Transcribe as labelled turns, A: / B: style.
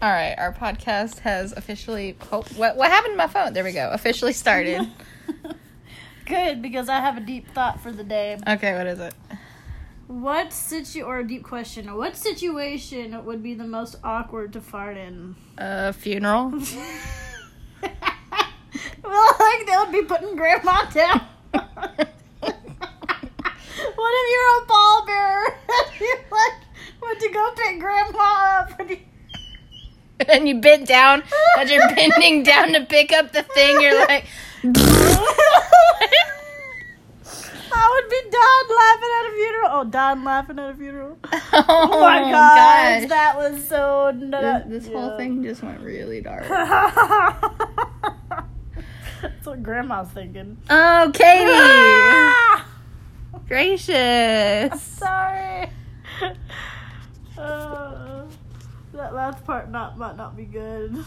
A: All right, our podcast has officially. Oh, what what happened to my phone? There we go. Officially started.
B: Good, because I have a deep thought for the day.
A: okay, what is it?
B: What situ or a deep question? What situation would be the most awkward to fart in?
A: A funeral.
B: well, like they would be putting grandma down. what if you're a pallbearer? you like went to go pick grandma up? And you-
A: and you bent down as you're bending down to pick up the thing. You're like,
B: I would be Don laughing at a funeral. Oh, Don laughing at a funeral.
A: oh,
B: Oh my gosh,
A: gosh.
B: that was so nuts.
A: This, this whole thing just went really dark.
B: That's what grandma's thinking.
A: Oh, Katie!
B: Ah!
A: Gracious.
B: Sorry. Uh, that last part not might not be good.